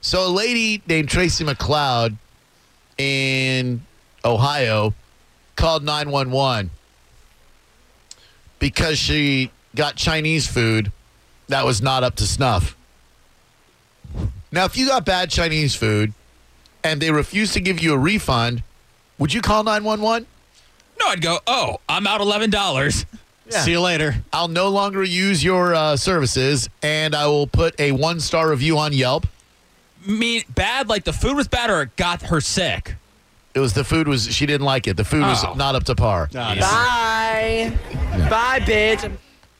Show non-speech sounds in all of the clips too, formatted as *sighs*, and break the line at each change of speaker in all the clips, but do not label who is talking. So a lady named Tracy McLeod in Ohio called 911 because she got Chinese food that was not up to snuff. Now, if you got bad Chinese food and they refuse to give you a refund, would you call 911?
No, I'd go, oh, I'm out $11.
Yeah.
See you later.
I'll no longer use your uh, services and I will put a one star review on Yelp.
Mean bad, like the food was bad or it got her sick.
It was the food was she didn't like it. The food was
Oh.
not up to par.
Bye. Bye, bitch.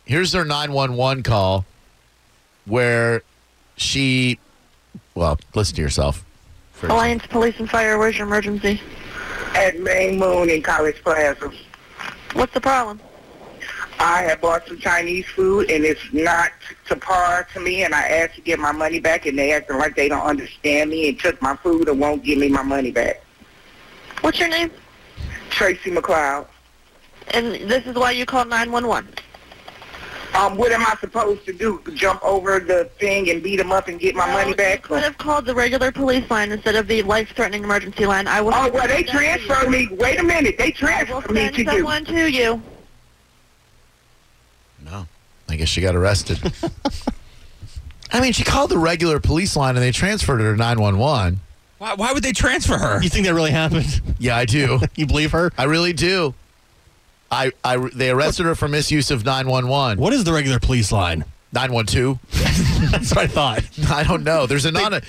Here's their 911 call where she well, listen to yourself. first.
Alliance Police and Fire, where's your emergency?
at Main Moon in College Plaza.
What's the problem?
I had bought some Chinese food and it's not to par to me and I asked to get my money back and they acting like they don't understand me and took my food and won't give me my money back.
What's your name?
Tracy McLeod.
And this is why you called 911.
Um, what am I supposed to do? Jump over the thing and beat them up and get my money back?
You could have called the regular police line instead of the life-threatening emergency line. I will.
Oh, well, they transferred me. Wait a minute. They
I will
transferred me
send
to you.
someone to you.
No. I guess she got
*laughs*
arrested. I mean, she called the regular police line and they transferred her to 911.
Why, why would they transfer her?
You think that really happened?
Yeah, I do.
You believe her?
I really do. I, I they arrested her for misuse of 911.
What is the regular police line?
912?
*laughs* That's what I thought.
*laughs* I don't know. There's a non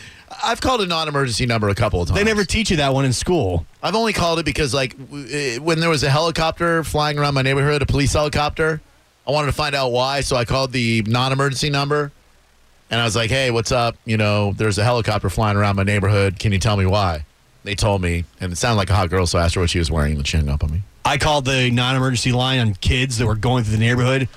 I've called a non-emergency number a couple of times.
They never teach you that one in school.
I've only called it because, like, w- eh, when there was a helicopter flying around my neighborhood, a police helicopter, I wanted to find out why. So I called the non emergency number and I was like, hey, what's up? You know, there's a helicopter flying around my neighborhood. Can you tell me why? They told me, and it sounded like a hot girl, so I asked her what she was wearing and she hung up on me.
I called the non-emergency line on kids that were going through the neighborhood,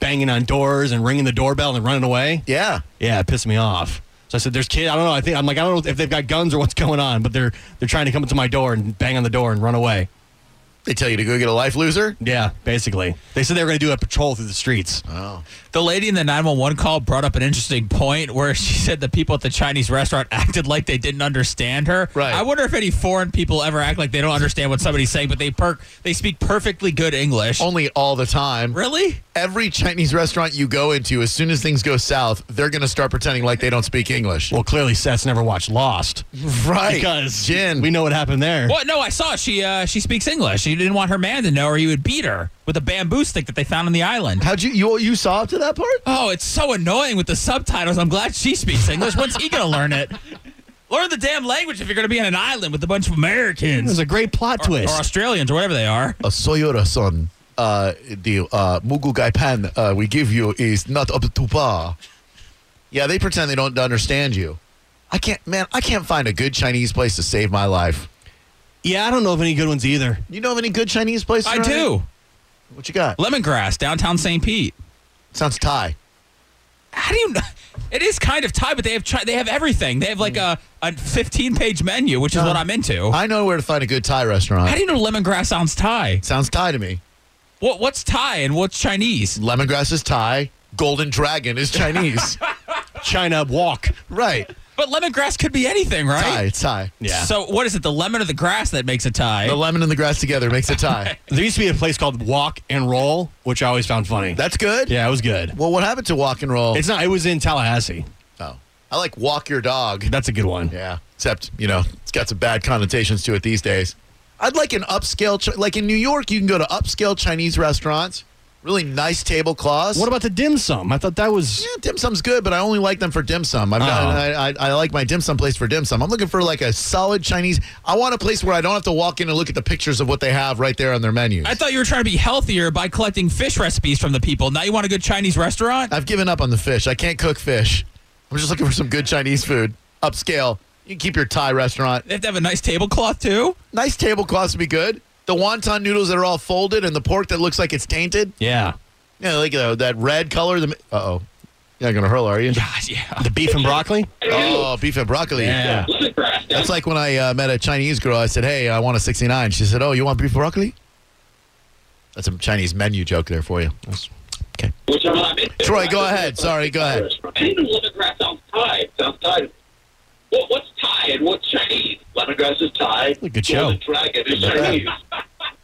banging on doors and ringing the doorbell and running away.
Yeah.
Yeah, it pissed me off. So I said, "There's kid. I don't know. I think I'm like I don't know if they've got guns or what's *laughs* going on, but they're they're trying to come up to my door and bang on the door and run away."
They tell you to go get a life loser?
Yeah, basically, they said they were going to do a patrol through the streets.
Oh.
The lady in the 911 call brought up an interesting point where she *laughs* said the people at the Chinese restaurant acted like they didn't understand her.
Right.
I wonder if any foreign people ever act like they don't understand what somebody's saying, but they perk they speak perfectly good English.
Only all the time.
Really?
Every Chinese restaurant you go into, as soon as things go south, they're going to start pretending like they don't speak English.
Well, clearly Seth's never watched Lost
right.
because
Jen.
we know what happened there.
What? No, I saw she uh, she speaks English. She didn't want her man to know, or he would beat her with a bamboo stick that they found on the island.
How'd you, you, you saw up to that part?
Oh, it's so annoying with the subtitles. I'm glad she speaks English. When's he gonna learn it? Learn the damn language if you're gonna be on an island with a bunch of
It was
Americans
a great plot
or, or
twist.
Australians or whatever they are.
a Soyora-san, uh, the uh, Mugugai pan uh, we give you is not up to par. Yeah, they pretend they don't understand you. I can't, man, I can't find a good Chinese place to save my life.
yeah, I don't know of any good ones either.
You know of any good Chinese places?
I
around here?
do.
What you got?
Lemongrass, downtown St. Pete.
Sounds Thai.
How do you know? It is kind of Thai, but they have chi- they have everything. They have like a, a 15 page menu, which is what I'm into.
Uh, I know where to find a good Thai restaurant.
Oh. How do you know lemongrass sounds Thai?
Sounds Thai to me.
What what's Thai and what's Chinese?
Lemongrass is Thai. Golden Dragon
*laughs*
is Chinese.
China walk.
right.
But lemongrass could be anything,
Thai.
right?
It's Thai.
Yeah.
So what is it? The lemon or the grass that makes a Thai?
The lemon and the grass together makes
*laughs*
a Thai.
There used to be a place called Walk and Roll, which I always found funny.
That's good.
yeah, it was good.
Well, what happened to walk and roll?
It's not. It was in Tallahassee.
oh, I like walk your dog.
That's a good one.
Yeah. Except, you know, it's got some bad connotations to it these days. I'd like an upscale, chi- like in New York, you can go to upscale Chinese restaurants, really nice tablecloths.
What about the dim sum? I thought that was.
Yeah, dim sum's good, but I only like them for dim sum. I'm not,
Oh.
I, I, I like my dim sum place for dim sum. I'm looking for like a solid Chinese. I want a place where I don't have to walk in and look at the pictures of what they have right there on their menu.
I thought you were trying to be healthier by collecting fish recipes from the people. Now you want a good Chinese restaurant?
I've given up on the fish. I can't cook fish. I'm just looking for some good Chinese food, upscale. You can keep your Thai restaurant.
They have to have a nice tablecloth too.
Nice tablecloths would be good. The wonton noodles that are all folded and the pork that looks like it's tainted.
Yeah.
Yeah, like uh, that red color. The uh oh, you're not gonna hurl, are you?
Gosh, yeah.
The beef and broccoli.
Oh, beef and broccoli. That's like when I uh, met a Chinese girl. I said, "Hey, I want a 69." She said, "Oh, you want beef and broccoli?" That's a Chinese menu joke there for you. Okay,
Which I'm not.
Troy, go ahead. Sorry, go ahead.
Even lemongrass sounds Thai. It Sounds Thai. What, what's Thai and what's Chinese? Lemongrass is Thai.
a good show.
Golden Dragon is Chinese.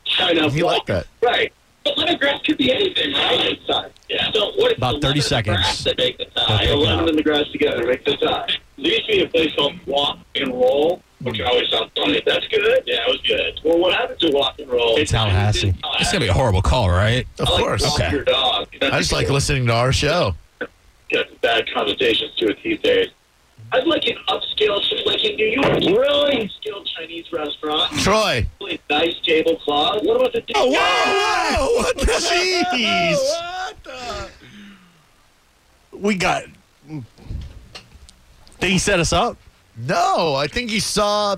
China.
He liked that.
Right. But lemongrass could be anything, right? It's Thai. Yeah. So what if
About
the
30
lemon
seconds.
And grass that make the
Don't
Thai.
pick
A lemon
up.
and the grass together make the Thai. There used to be a place called Walk and Roll, which
Hmm.
always sounds funny. That's good. Yeah, it was good. Well, what happened to Walk and Roll?
It's Tallahassee.
It's gonna be a horrible call, right?
Of course.
Walk your dog.
I just like listening to our show.
got bad connotations to it these days. I'd like an upscale, like in New York, really upscale Chinese restaurant,
Troy.
really nice tablecloth. What about the
Oh, wow. *laughs* What the Jeez.
We got. Think he set us up?
No, I think you saw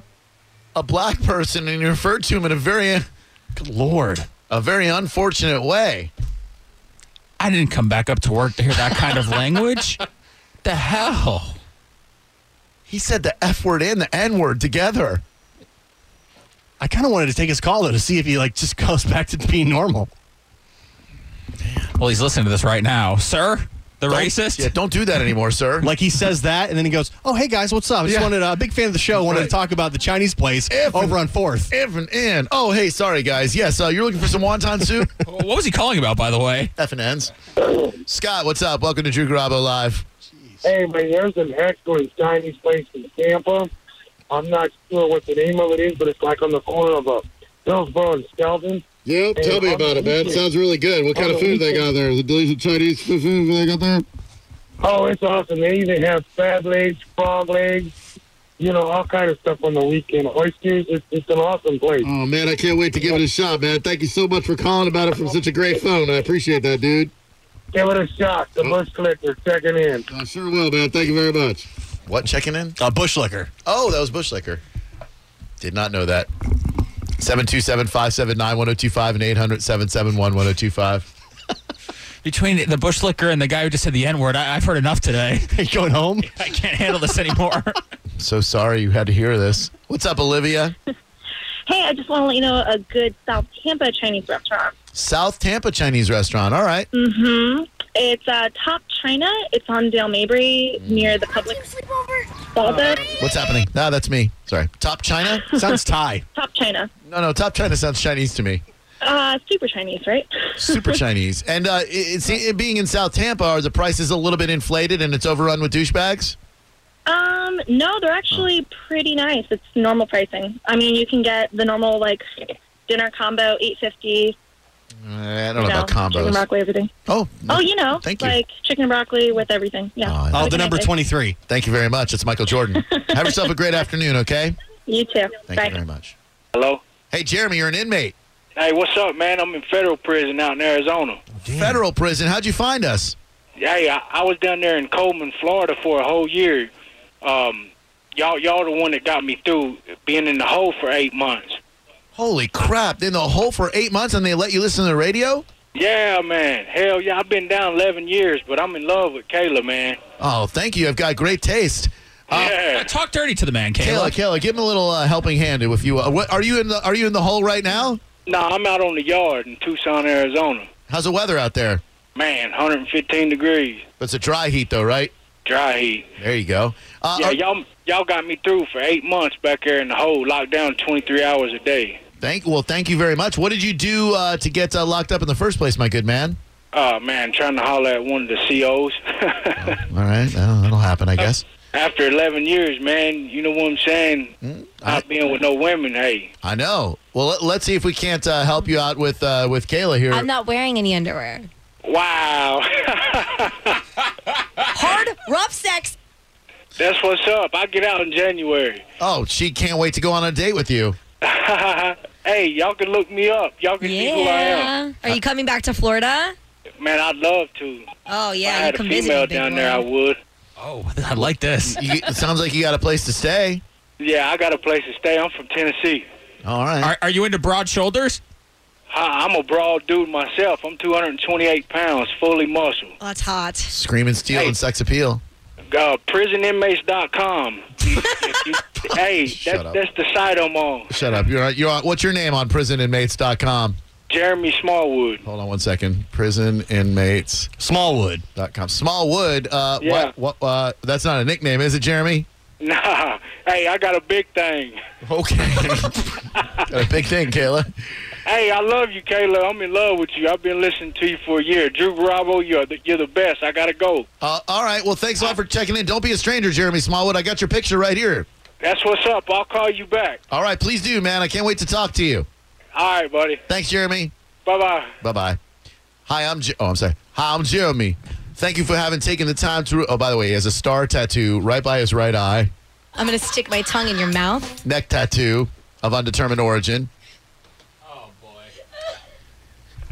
a black person and you referred to him in a very
Good lord.
a very unfortunate way.
I didn't come back up to work to hear that kind of language. the hell?
He said the F word and the N word together.
I kind of wanted to take his call though to see if he like just *laughs* goes back to being normal.
Well, he's listening to this right now, sir. The
Don't-
racist.
Yeah, don't do that anymore, sir.
*laughs* Like he says that, and then he goes, "Oh hey guys, what's up? I just
Yeah.
wanted a uh, big fan of the show. Wanted to
Right.
talk about the Chinese place
If-
over on Fourth.
F and N. Oh, hey, sorry guys. Yes, uh, you're looking for some wonton soup.
What was he calling about, by the way?
F and N's. Scott, what's up? Welcome to Drew Garabo Live.
Hey, man, there's an excellent Chinese place in Tampa. I'm not sure what the name of it is, but it's like on the corner of a Hillsboro and Skelton.
Yeah, tell me about it, man. Sounds really good. What kind of food they got there? The delicious Chinese food they got there?
Oh, it's awesome. They even have crab legs, frog legs, you know, all kind of stuff on the weekend. Oysters. It's, it's an awesome place.
Oh, man, I can't wait to give it a shot, man. Thank you so much for calling about it from such a great phone. I appreciate that, dude. Oh.
Give it a shot. The Bush Collector checking in.
I sure will, man. Thank you very much.
What checking in?
A bush liquor.
Oh, that was Bushlicker. Did not know that. 727-579-1025 and 800 771
Between the bushlicker and the guy who just said the N word, I've heard enough today.
Are you going home?
I can't handle this anymore.
So sorry you had to hear this. What's up, Olivia?
Hey, I just want to let you know a good South Tampa Chinese restaurant.
South Tampa Chinese restaurant. All right.
Mm-hmm. It's uh, Top China. It's on Dale Mabry near the public plaza.
What's happening? No, that's me. Sorry. Top China?
Sounds Thai.
Top China.
No, no. Top China sounds Chinese to me.
Uh, super Chinese, right?
Super Chinese. And uh, it, it's, it being in South Tampa, are the prices a little bit inflated and it's overrun with douchebags?
Um, no, they're actually pretty nice. It's normal pricing. I mean, you can get the normal like dinner combo, eight fifty.
Uh, I don't know
You know,
about
chicken
combos.
broccoli, everything.
Oh,
Oh, you know,
Thank you.
like chicken and broccoli with everything. Yeah.
Oh,
Oh,
With
the number
nice-
twenty-three.
thank you very much. It's Michael Jordan. Have yourself a great afternoon, okay?
You too.
Thank
Bye.
you very much.
Hello.
Hey, Jeremy, you're an inmate.
Hey, what's up, man? I'm in federal prison out in Arizona.
Federal prison. How'd you find us?
Hey, I, I was down there in Coleman, Florida, for a whole year. Um, y'all, y'all the one that got me through being in the hole for eight months.
Holy crap. In the hole for eight months and they let you listen to the radio?
Yeah, man. Hell yeah, I've been down 11 years, but I'm in love with Kayla, man.
Oh, thank you. I've got great taste.
yeah.
Talk dirty to the man, Caleb.
Kayla, Kayla, give him a little uh, helping hand if you uh, what, are you in the are you in the hole right now?
Nah, I'm out on the yard in Tucson, Arizona.
How's the weather out there?
Man, 115 degrees,
It's a dry heat though, right?
dry heat.
There you go. Uh,
Yeah,
are-
y'all, y'all got me through for eight months back there in the hole, locked down 23 hours a day.
thank well, thank you very much. What did you do uh, to get uh, locked up in the first place, my good man?
Oh man, trying to holler at one of the *laughs* COs.
All right, well, that'll happen, I guess.
After 11 years, man, you know what I'm saying? Not
I-
being with no women, hey.
I know. Well, let, let's see if we can't uh, help you out with uh, with Kayla here.
I'm not wearing any underwear.
Wow.
Hard, rough sex.
That's what's up. I get out in January.
oh, she can't wait to go on a date with you.
hey, y'all can look me up. Y'all can see who I am.
Yeah. Are you coming back to Florida?
Man, I'd love to.
Oh
if
yeah,
I
you
had a
come visit.
female
me, big
down
boy.
there, I would.
Oh, I like this.
you it sounds like you got a place to stay.
Yeah, I got a place to stay. I'm from Tennessee.
All right.
Are, are you into broad shoulders?
I, I'm a broad dude myself. I'm 228 pounds, fully muscle.
Oh, that's hot.
Scream and steal
Hey.
and sex appeal.
Uh,
*laughs*
prisoninmates.com. If you- hey,
Shut
that's,
up.
that's the site I'm on.
Shut up. You're on, you're on, what's your name on prisoninmates.com?
Jeremy Smallwood.
Hold on one second. Prisoninmates.
Smallwood.
Dot com. Smallwood. Uh,
Yeah.
what, what, uh, that's not a nickname, is it, Jeremy?
*laughs* Nah. Hey, I got a big thing.
Okay. Got a big thing, *laughs* Kayla.
Hey, I love you, Kayla. I'm in love with you. I've been listening to you for a year. Drew Bravo, you're the, you're the best. I gotta go.
Uh, all right. Well, thanks a lot for checking in. Don't be a stranger, Jeremy Smallwood. I got your picture right here.
That's what's up. I'll call you back.
All right. Please do, man. I can't wait to talk to you.
All right, buddy.
Thanks, Jeremy.
Bye bye.
Bye bye. Hi, I'm. Je- oh, I'm sorry. Hi, I'm Jeremy. Thank you for having taken the time to. Oh, by the way, he has a star tattoo right by his right eye,
I'm gonna stick my tongue in your mouth.
neck tattoo of undetermined origin. Oh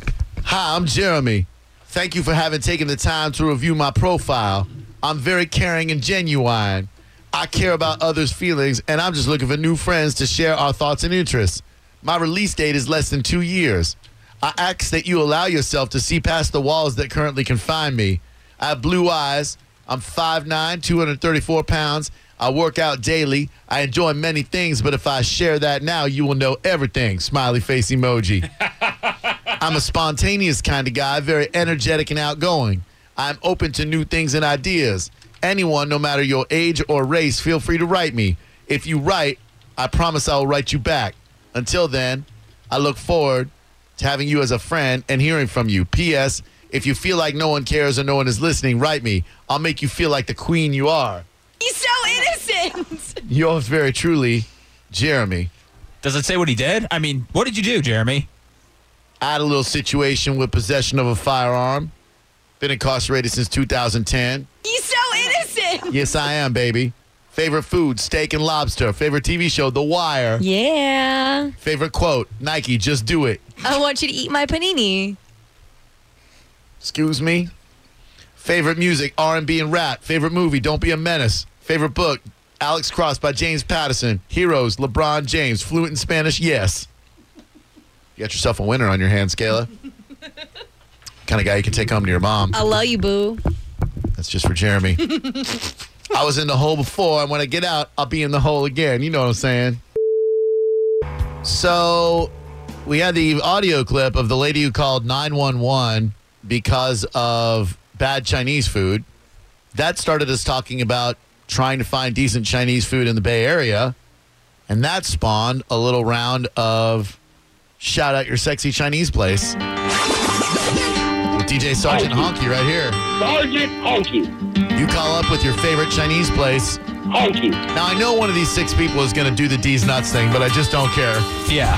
boy. Hi, I'm Jeremy. Thank you for having taken the time to review my profile. I'm very caring and genuine. I care about others' feelings, and I'm just looking for new friends to share our thoughts and interests. My release date is less than two years. I ask that you allow yourself to see past the walls that currently confine me. I have blue eyes. I'm 5'9, 234 pounds. I work out daily. I enjoy many things, but if I share that now, you will know everything. Smiley face emoji. I'm a spontaneous kind of guy, very energetic and outgoing. I'm open to new things and ideas. Anyone, no matter your age or race, feel free to write me. If you write, I promise I will write you back. Until then, I look forward to having you as a friend and hearing from you. P.S. If you feel like no one cares or no one is listening, write me. I'll make you feel like the queen you are.
He's so innocent.
Yours very truly, Jeremy.
Does it say what he did? I mean, what did you do, Jeremy?
I had a little situation with possession of a firearm. Been incarcerated since 2010.
He's so innocent.
Yes, I am, baby. Favorite food, steak and lobster. Favorite TV show, The Wire.
Yeah.
Favorite quote, Nike, just do it.
I want you to eat my panini.
Excuse me. Favorite music, R&B and rap. Favorite movie, Don't Be a Menace. Favorite book, Alex Cross by James Patterson. Heroes, LeBron James. Fluent in Spanish, yes. You got yourself a winner on your hands, Kayla. kind of guy you can take home to your mom.
I love you, boo.
That's just for Jeremy. I was in the hole before, and when I get out, I'll be in the hole again. You know what I'm saying? So, we had the audio clip of the lady who called 911 because of bad Chinese food. That started us talking about trying to find decent Chinese food in the Bay Area. And that spawned a little round of shout out your sexy Chinese place. With DJ Sergeant Honky right here.
Sergeant
Honky. You call up with your favorite Chinese place.
Honky.
Now I know one of these six people is going to do the D's nuts thing, but I just don't care.
Yeah.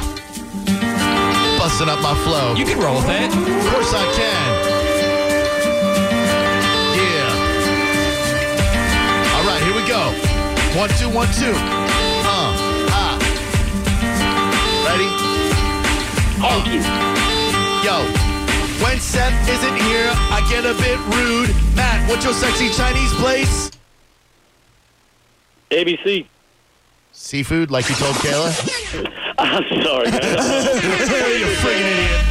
Busting up my flow.
You can roll with it.
Of course I can. Yeah. All right, here we go. One, two, one, two. Uh, ah. Ready? Honky. Yo. When Seth isn't here, I get a bit rude. Matt, what's your sexy Chinese place? *laughs*
ABC.
Seafood, like you told Kayla?
I'm
*laughs*
sorry, man.
you friggin' idiot.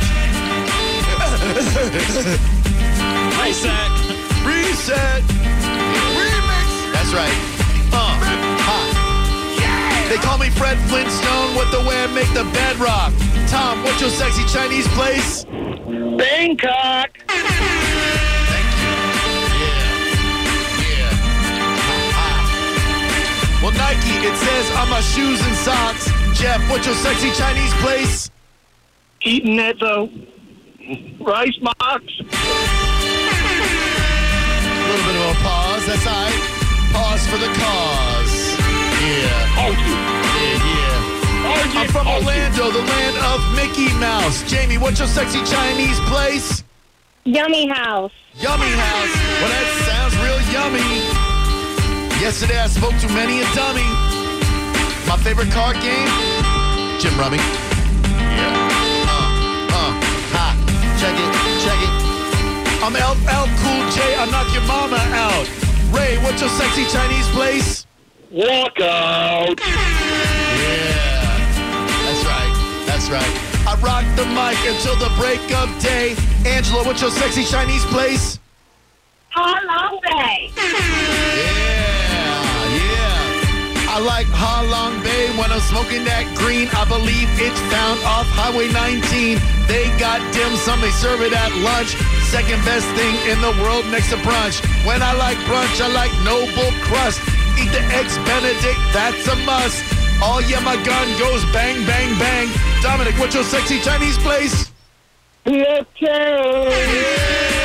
Reset. Reset. Remix. That's right. Uh, huh. They call me Fred Flintstone. What the wear make the bedrock. Tom, what's your sexy Chinese place? Bangkok. Well, Nike, it says on my shoes and socks. Jeff, what's your sexy Chinese place? Eating at the rice box. A little bit of a pause. That's all right. Pause for the cause. Yeah. Yeah, yeah. I'm from Orlando, the land of Mickey Mouse. Jamie, what's your sexy Chinese place?
Yummy house.
Yummy house. Well, that sounds real yummy. Yesterday I spoke to many a dummy. My favorite card game? Jim Rummy. Yeah. Uh, uh, ha. Check it, check it. I'm LL Cool J. I'll knock your mama out. Ray, what's your sexy Chinese place? Walkout. Yeah. That's right. That's right. I rock the mic until the break of day. Angela, what's your sexy Chinese place?
Honky.
I like Ha Long Bay when I'm smoking that green. I believe it's found off Highway 19. They got dim sum, they serve it at lunch. Second best thing in the world next to brunch. When I like brunch, I like Noble Crust.
Eat the eggs Benedict. That's a must.
Oh,
All yeah, my gun goes bang, bang, bang. Dominic, what's your sexy Chinese place? Yeah, yeah.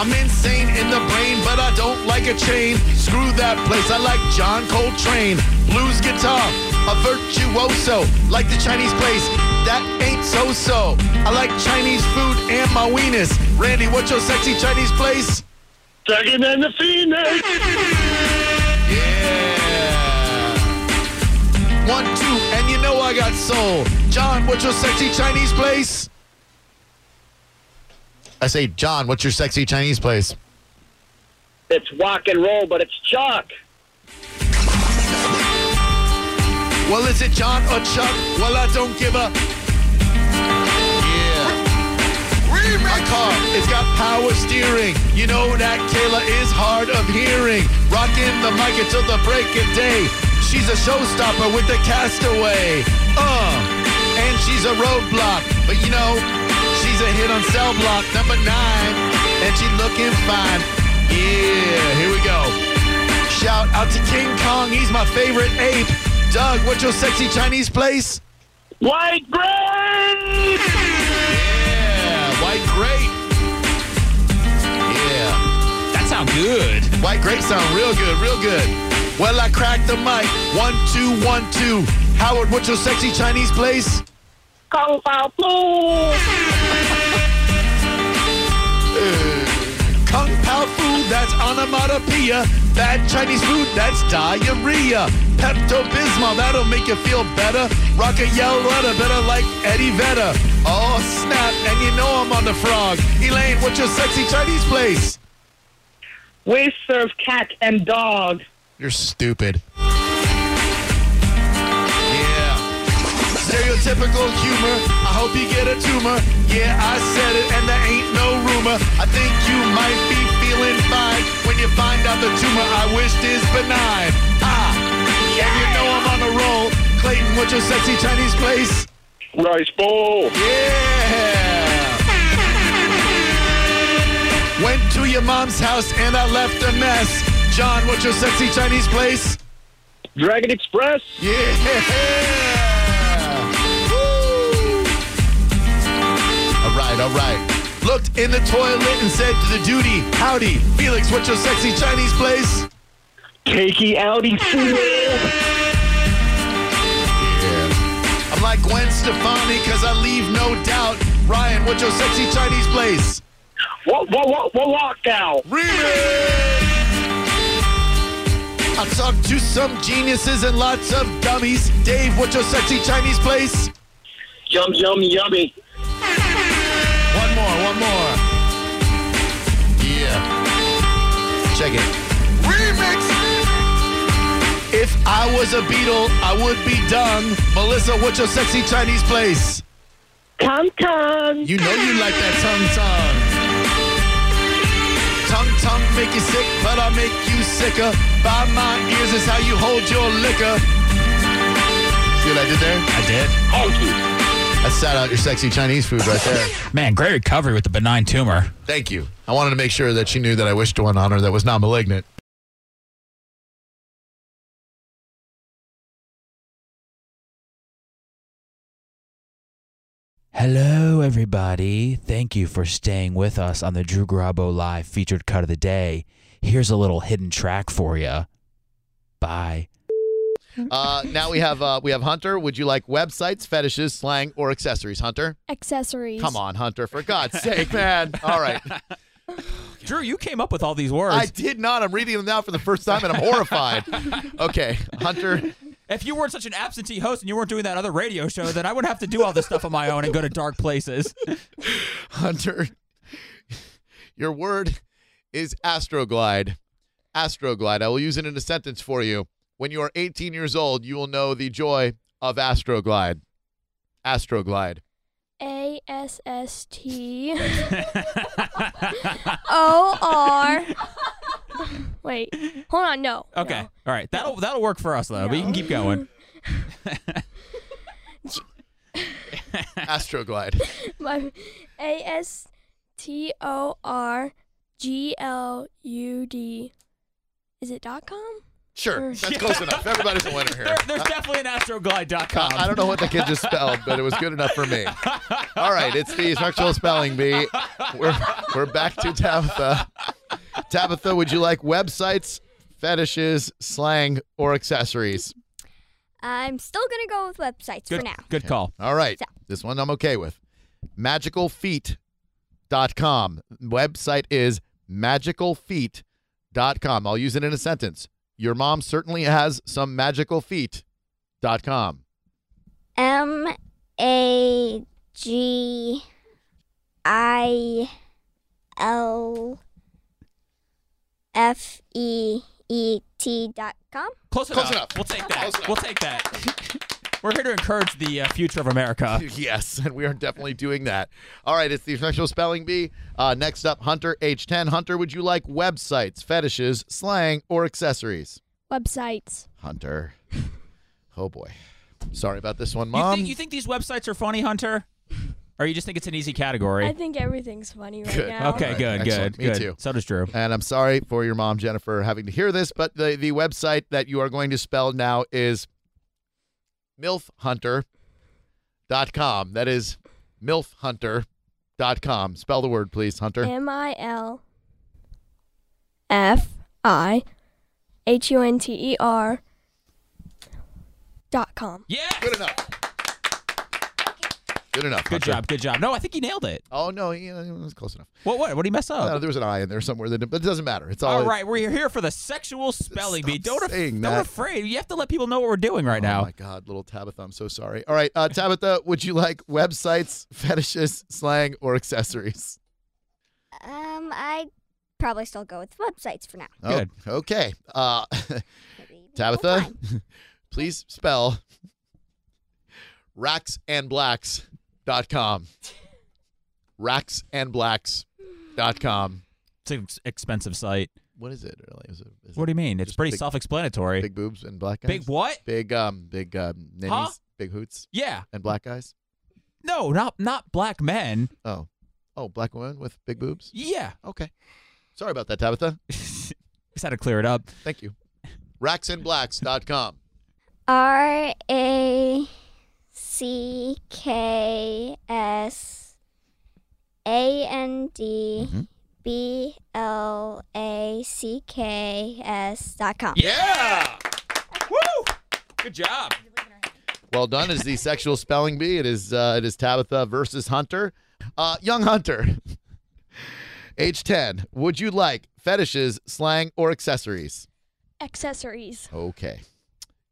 I'm insane in the brain, but I don't like a chain. Screw that place. I like John Coltrane. Blues guitar, a virtuoso. Like the Chinese place. That ain't so so. I like Chinese food and my weenus. Randy, what's your sexy Chinese place? Second and the
*laughs*
Phoenix. Yeah. One, two, and you know I got soul. John, what's your sexy Chinese place? I say, John, what's your sexy Chinese place?
It's rock and roll, but it's chalk.
Well, is it John or Chuck? Well, I don't give a. Yeah. My car, it's got power steering. You know that Kayla is hard of hearing. Rocking the mic until the break of day. She's a showstopper with the castaway. Uh, and she's a roadblock. But you know, she's a hit on cell block number nine. And she looking fine. Yeah, here we go. Shout out to King Kong, he's my favorite ape. Doug, what's your sexy Chinese place? White Grape! Yeah, White Grape. Yeah. That sounds good. White Grape sound real good, real good. Well, I cracked the mic. One, two, one, two. Howard, what's your sexy Chinese place? Kung Pao Uh, Kung Pao food, that's onomatopoeia. Bad Chinese food, that's diarrhea. Pepto Bismol, that'll make you feel better. Rock a Yoletta, better like Eddie Vedder. Oh, snap, and you know I'm on the frog. Elaine, what's your sexy Chinese place?
We serve cat and dog.
You're stupid. Yeah. Stereotypical humor. I hope you get a tumor. Yeah, I said it, and there ain't no rumor. I think you might be feeling fine when you find out the tumor I wished is benign. Ah, yeah. you know I'm on a roll. Clayton, what's your sexy Chinese place? Rice bowl. Yeah. Went to your mom's house and I left a mess. John, what's your sexy Chinese place? Dragon Express. *laughs* Yeah. All right, all right. Looked in the toilet and said to the duty, Howdy, Felix, what's your sexy Chinese place? Cakey Audi I'm like Gwen Stefani because I leave no doubt. Ryan, what's your sexy Chinese place? What, what, what, what lockdown? I talked to some geniuses and lots of dummies. Dave, what's your sexy Chinese place?
Yum, yum, yummy.
One more, one more. Yeah. Check it. Remix! If I was a beetle, I would be dung. Melissa, what's your sexy Chinese place? Tung tung. You know you like that tongue tongue. Tongue tongue make you sick, but I make you sicker. By my ears is how you hold your liquor. See what I did there? I did. Honky. I sat out your sexy Chinese food right there.
Man, great recovery with the benign tumor.
Thank you. I wanted to make sure that she knew that I wished one on her that was not malignant.
Hello, everybody. Thank you for staying with us on the Drew Garabo Live featured cut of the day. Here's a little hidden track for you. Bye.
Uh, now we have uh, we have Hunter. Would you like websites, fetishes, slang, or accessories, Hunter?
Accessories.
Come on, Hunter, for God's sake, man. All right.
Drew, you came up with all these words.
I did not. I'm reading them now for the first time and I'm horrified. Okay, Hunter.
If you weren't such an absentee host and you weren't doing that other radio show, then I would have to do all this stuff on my own and go to dark places.
Hunter, your word is astroglide. Astroglide. I will use it in a sentence for you. When you are 18 years old, you will know the joy of astroglide. Astroglide.
A S S T O R. Wait, hold on. No.
Okay. All right. That'll that'll work for us though. But you can keep going.
Astroglide.
A S T O R G L U D Is it dot com?
Sure, that's close enough. Everybody's a winner here.
There- there's definitely an astroglide.com.
I don't know what the kid just spelled, but it was good enough for me. All right, it's the structural spelling bee. We're we're back to Tabitha. Tabitha, would you like websites, fetishes, slang, or accessories?
I'm still gonna go with websites for now.
Good call.
All right, this one I'm okay with. Magicalfeet.com. Website is magicalfeet.com. I'll use it in a sentence. Your mom certainly has some magical feet.com.
M A G I L F E E T dot com.
Close, enough. We'll take that. We'll take that. We're here to encourage the uh, future of America.
*laughs* Yes, and we are definitely doing that. All right, it's the official spelling bee. Uh, next up, Hunter H10. Hunter, would you like websites, fetishes, slang, or accessories?
Websites.
Hunter. *laughs* Oh boy. Sorry about this one,
You
mom.
think, you think these websites are funny, Hunter? Or you just think it's an easy category?
I think everything's funny right
Good.
now.
Okay, good,
Excellent.
good,
Me
good.
too.
So does Drew.
And I'm sorry for your mom, Jennifer, having to hear this, but the, the website that you are going to spell now is milfhunter.com. That is milfhunter.com. Spell the word, please, Hunter.
M I L F I H U N T E R dot com.
Yeah.
Good enough. Good enough.
Good job, good job. No, I think he nailed it.
Oh no, he, it was close enough.
What? What? What did he mess up?
Uh, there was an I in there somewhere, that, but it doesn't matter. It's
Oh.
all,
all right, we're here for the sexual spelling bee. Don't, af-
saying
don't
that.
afraid. You have to let people know what we're doing right now.
Oh my God, little Tabitha, I'm so sorry. All right, uh, Tabitha, would you like websites, *laughs* fetishes, slang, or accessories?
Um, I probably still go with websites for now.
Oh, okay. Uh, *laughs* Tabitha, *laughs* please spell racksandblacks.com. Racksandblacks.com.
It's an ex- expensive site.
What is it really? Is it, is
What do you mean? It's pretty
big-
self-explanatory.
Big boobs and black guys.
Big what?
Big um big um ninnies,
Huh?
big hoots.
Yeah.
And black guys.
No, not not black men.
Oh. Oh, black women with big boobs?
Yeah. *laughs*
Okay. Sorry about that, Tabitha.
Just had to clear it up.
Thank you. Racksandblacks.com.
R A C K S A N D B L A C K S dot com.
Yeah. Woo! Good job.
Well done is the sexual spelling bee. It is uh, it is Tabitha versus Hunter. Uh, young Hunter, *laughs* age ten. Would you like fetishes, slang, or accessories?
Accessories.
Okay.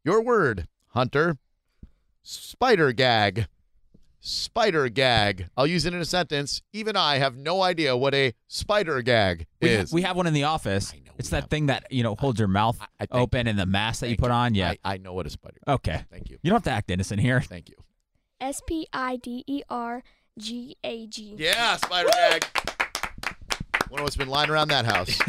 Your word, Hunter. Spider gag. Spider gag. I'll use it in a sentence. Even I have no idea what a spider gag
We, ha-
is.
we have one in the office. it's that thing that you know holds your mouth open and the mask that you put on. Yeah.
I, I know what a spider.
Okay.
Thank you.
You don't have to act innocent here.
Thank you.
S P I D E R G A G.
Yeah, spider gag. Wonder what's been lying around that house.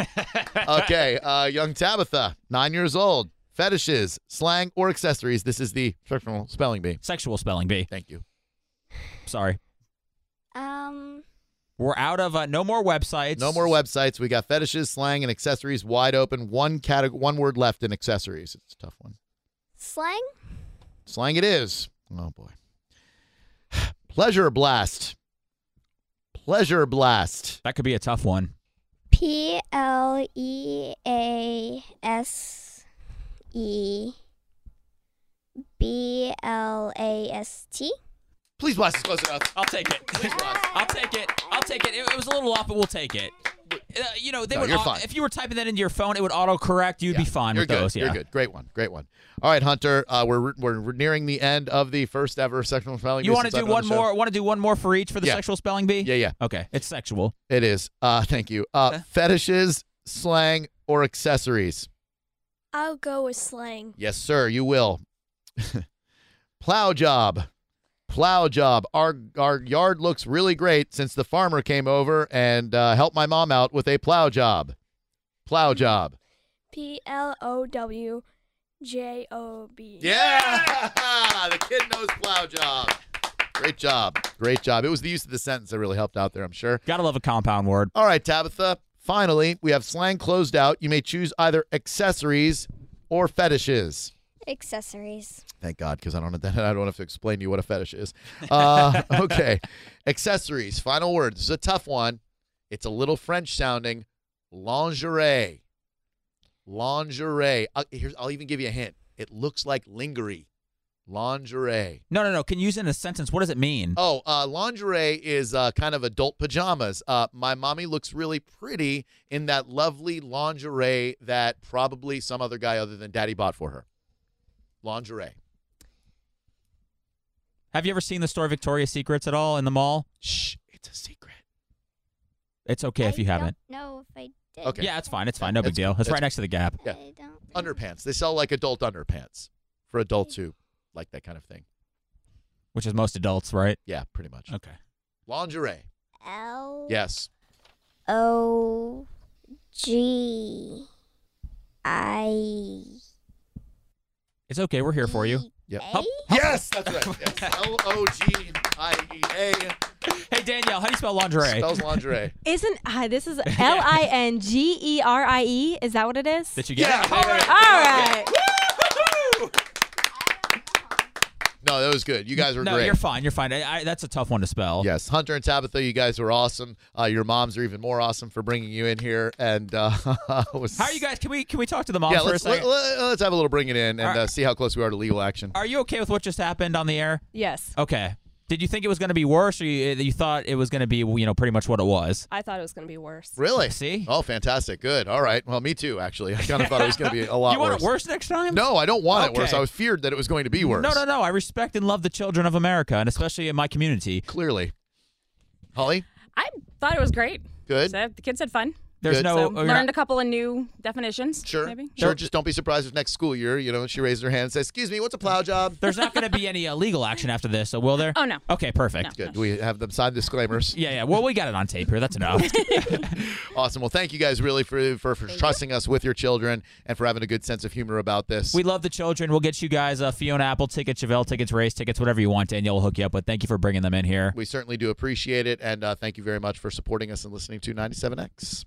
*laughs*
okay, uh, young Tabitha, nine years old. Fetishes, slang, or accessories. This is the sexual spelling bee.
Sexual spelling bee.
Thank you.
Sorry.
Um,
We're out of uh, no more websites.
No more websites. We got fetishes, slang, and accessories wide open. One category, one word left in accessories. It's a tough one.
slang?
Slang it is. Oh boy. *sighs* Pleasure blast. Pleasure blast.
That could be a tough one.
P L E A S E B L A S T.
Please blast is close enough.
I'll take it. I'll take it. I'll take it. It, it was a little off, but we'll take it. Uh, you know, they
No,
would.
you're
au-
fine.
If you were typing that into your phone, it would autocorrect. You'd be fine
You're
with
good.
those. Yeah.
You're good. Great one. Great one. All right, Hunter. Uh, we're we're nearing the end of the first ever sexual spelling.
You
Bee
want
since
to do
I've been on
one
the show.
more? Want to do one more for each for the
Yeah.
sexual spelling bee?
Yeah, yeah.
Okay, it's sexual.
It is. Uh, thank you. Uh, Fetishes, slang, or accessories.
I'll go with slang.
Yes, sir. You will. *laughs* Plow job. Plow job. Our our yard looks really great since the farmer came over and uh, helped my mom out with a plow job. Plow job.
P L O W J O B.
Yeah, the kid knows plow job. Great job. Great job. It was the use of the sentence that really helped out there, I'm sure.
Gotta love a compound word.
All right, Tabitha. Finally, we have slang closed out. You may choose either accessories or fetishes.
Accessories.
Thank God, because I don't I don't want to *laughs* have to explain to you what a fetish is. Uh, okay, accessories. Final word. This is a tough one. It's a little French sounding. Lingerie. Lingerie. I'll, here's, I'll even give you a hint. It looks like lingerie. Lingerie.
No, no, no. Can you use it in a sentence? What does it mean?
Oh, uh, lingerie is uh, kind of adult pajamas. Uh, my mommy looks really pretty in that lovely lingerie that probably some other guy other than daddy bought for her. Lingerie.
Have you ever seen the store Victoria's Secrets at all in the mall?
Shh, it's a secret.
It's okay if you haven't.
No, if I did.
Okay.
Yeah, it's fine. It's fine. No big
It's-
deal. It's
it's-
right next to the Gap.
Yeah. Underpants. They sell like adult underpants for adults who like that kind of thing.
which is most adults, right?
Yeah, pretty much.
Okay.
Lingerie.
L
Yes.
O G I.
It's okay. We're here for you.
Yep.
Help.
Yes, that's right. L O G I E A.
Hey Danielle, how do you spell lingerie?
Spells lingerie.
Isn't hi? This *laughs* is L I N G E R I E. Is that what it is?
Did you get it?
All right.
No, that was good. You guys were
no,
great.
you're fine. You're fine. I, I, that's a tough one to spell.
Yes, Hunter and Tabitha, you guys were awesome. Uh, your moms are even more awesome for bringing you in here. And uh, *laughs* it was,
How are you guys? Can we can we talk to the moms
yeah,
for
let's,
a second?
Let, us have a little bring it in and
All right.
uh, see how close we are to legal action.
Are you okay with what just happened on the air?
Yes.
Okay. Did you think it was going to be worse, or you, uh, you thought it was going to be you know pretty much what it was?
I thought it was going to be worse.
Really?
See?
Oh, fantastic. Good. All right. Well, me too. Actually, I kind of thought it was going
*laughs*
to be a lot
you
worse.
want it worse next time?
No, I don't want it worse.
Okay.
I was feared that it was going to be worse.
No, no, no. I respect and love the children of America, and especially in my community.
Clearly, Holly.
I thought it was great.
Good.
So the kids had fun.
There's
Good.
no
So
oh, you're
learned
not-
a couple of new definitions.
Sure.
Maybe.
Sure. Just don't be surprised if next school year, you know, she raises her hand and says, "Excuse me, what's a plow job?"
*laughs* There's not going to be any uh, legal action after this, so will there?
Oh, no.
Okay, perfect.
Good. We have them sign disclaimers.
Yeah, yeah. Well, we got it on tape here. That's
*laughs*
enough.
Awesome. Well, thank you guys really for for, for trusting us with your children and for having a good sense of humor about this.
we love the children. We'll get you guys uh, Fiona Apple tickets, Chevelle tickets, race tickets, whatever you want. Danielle will hook you up with. Thank you for bringing them in here.
We certainly do appreciate it, and uh, thank you very much for supporting us and listening to 97X.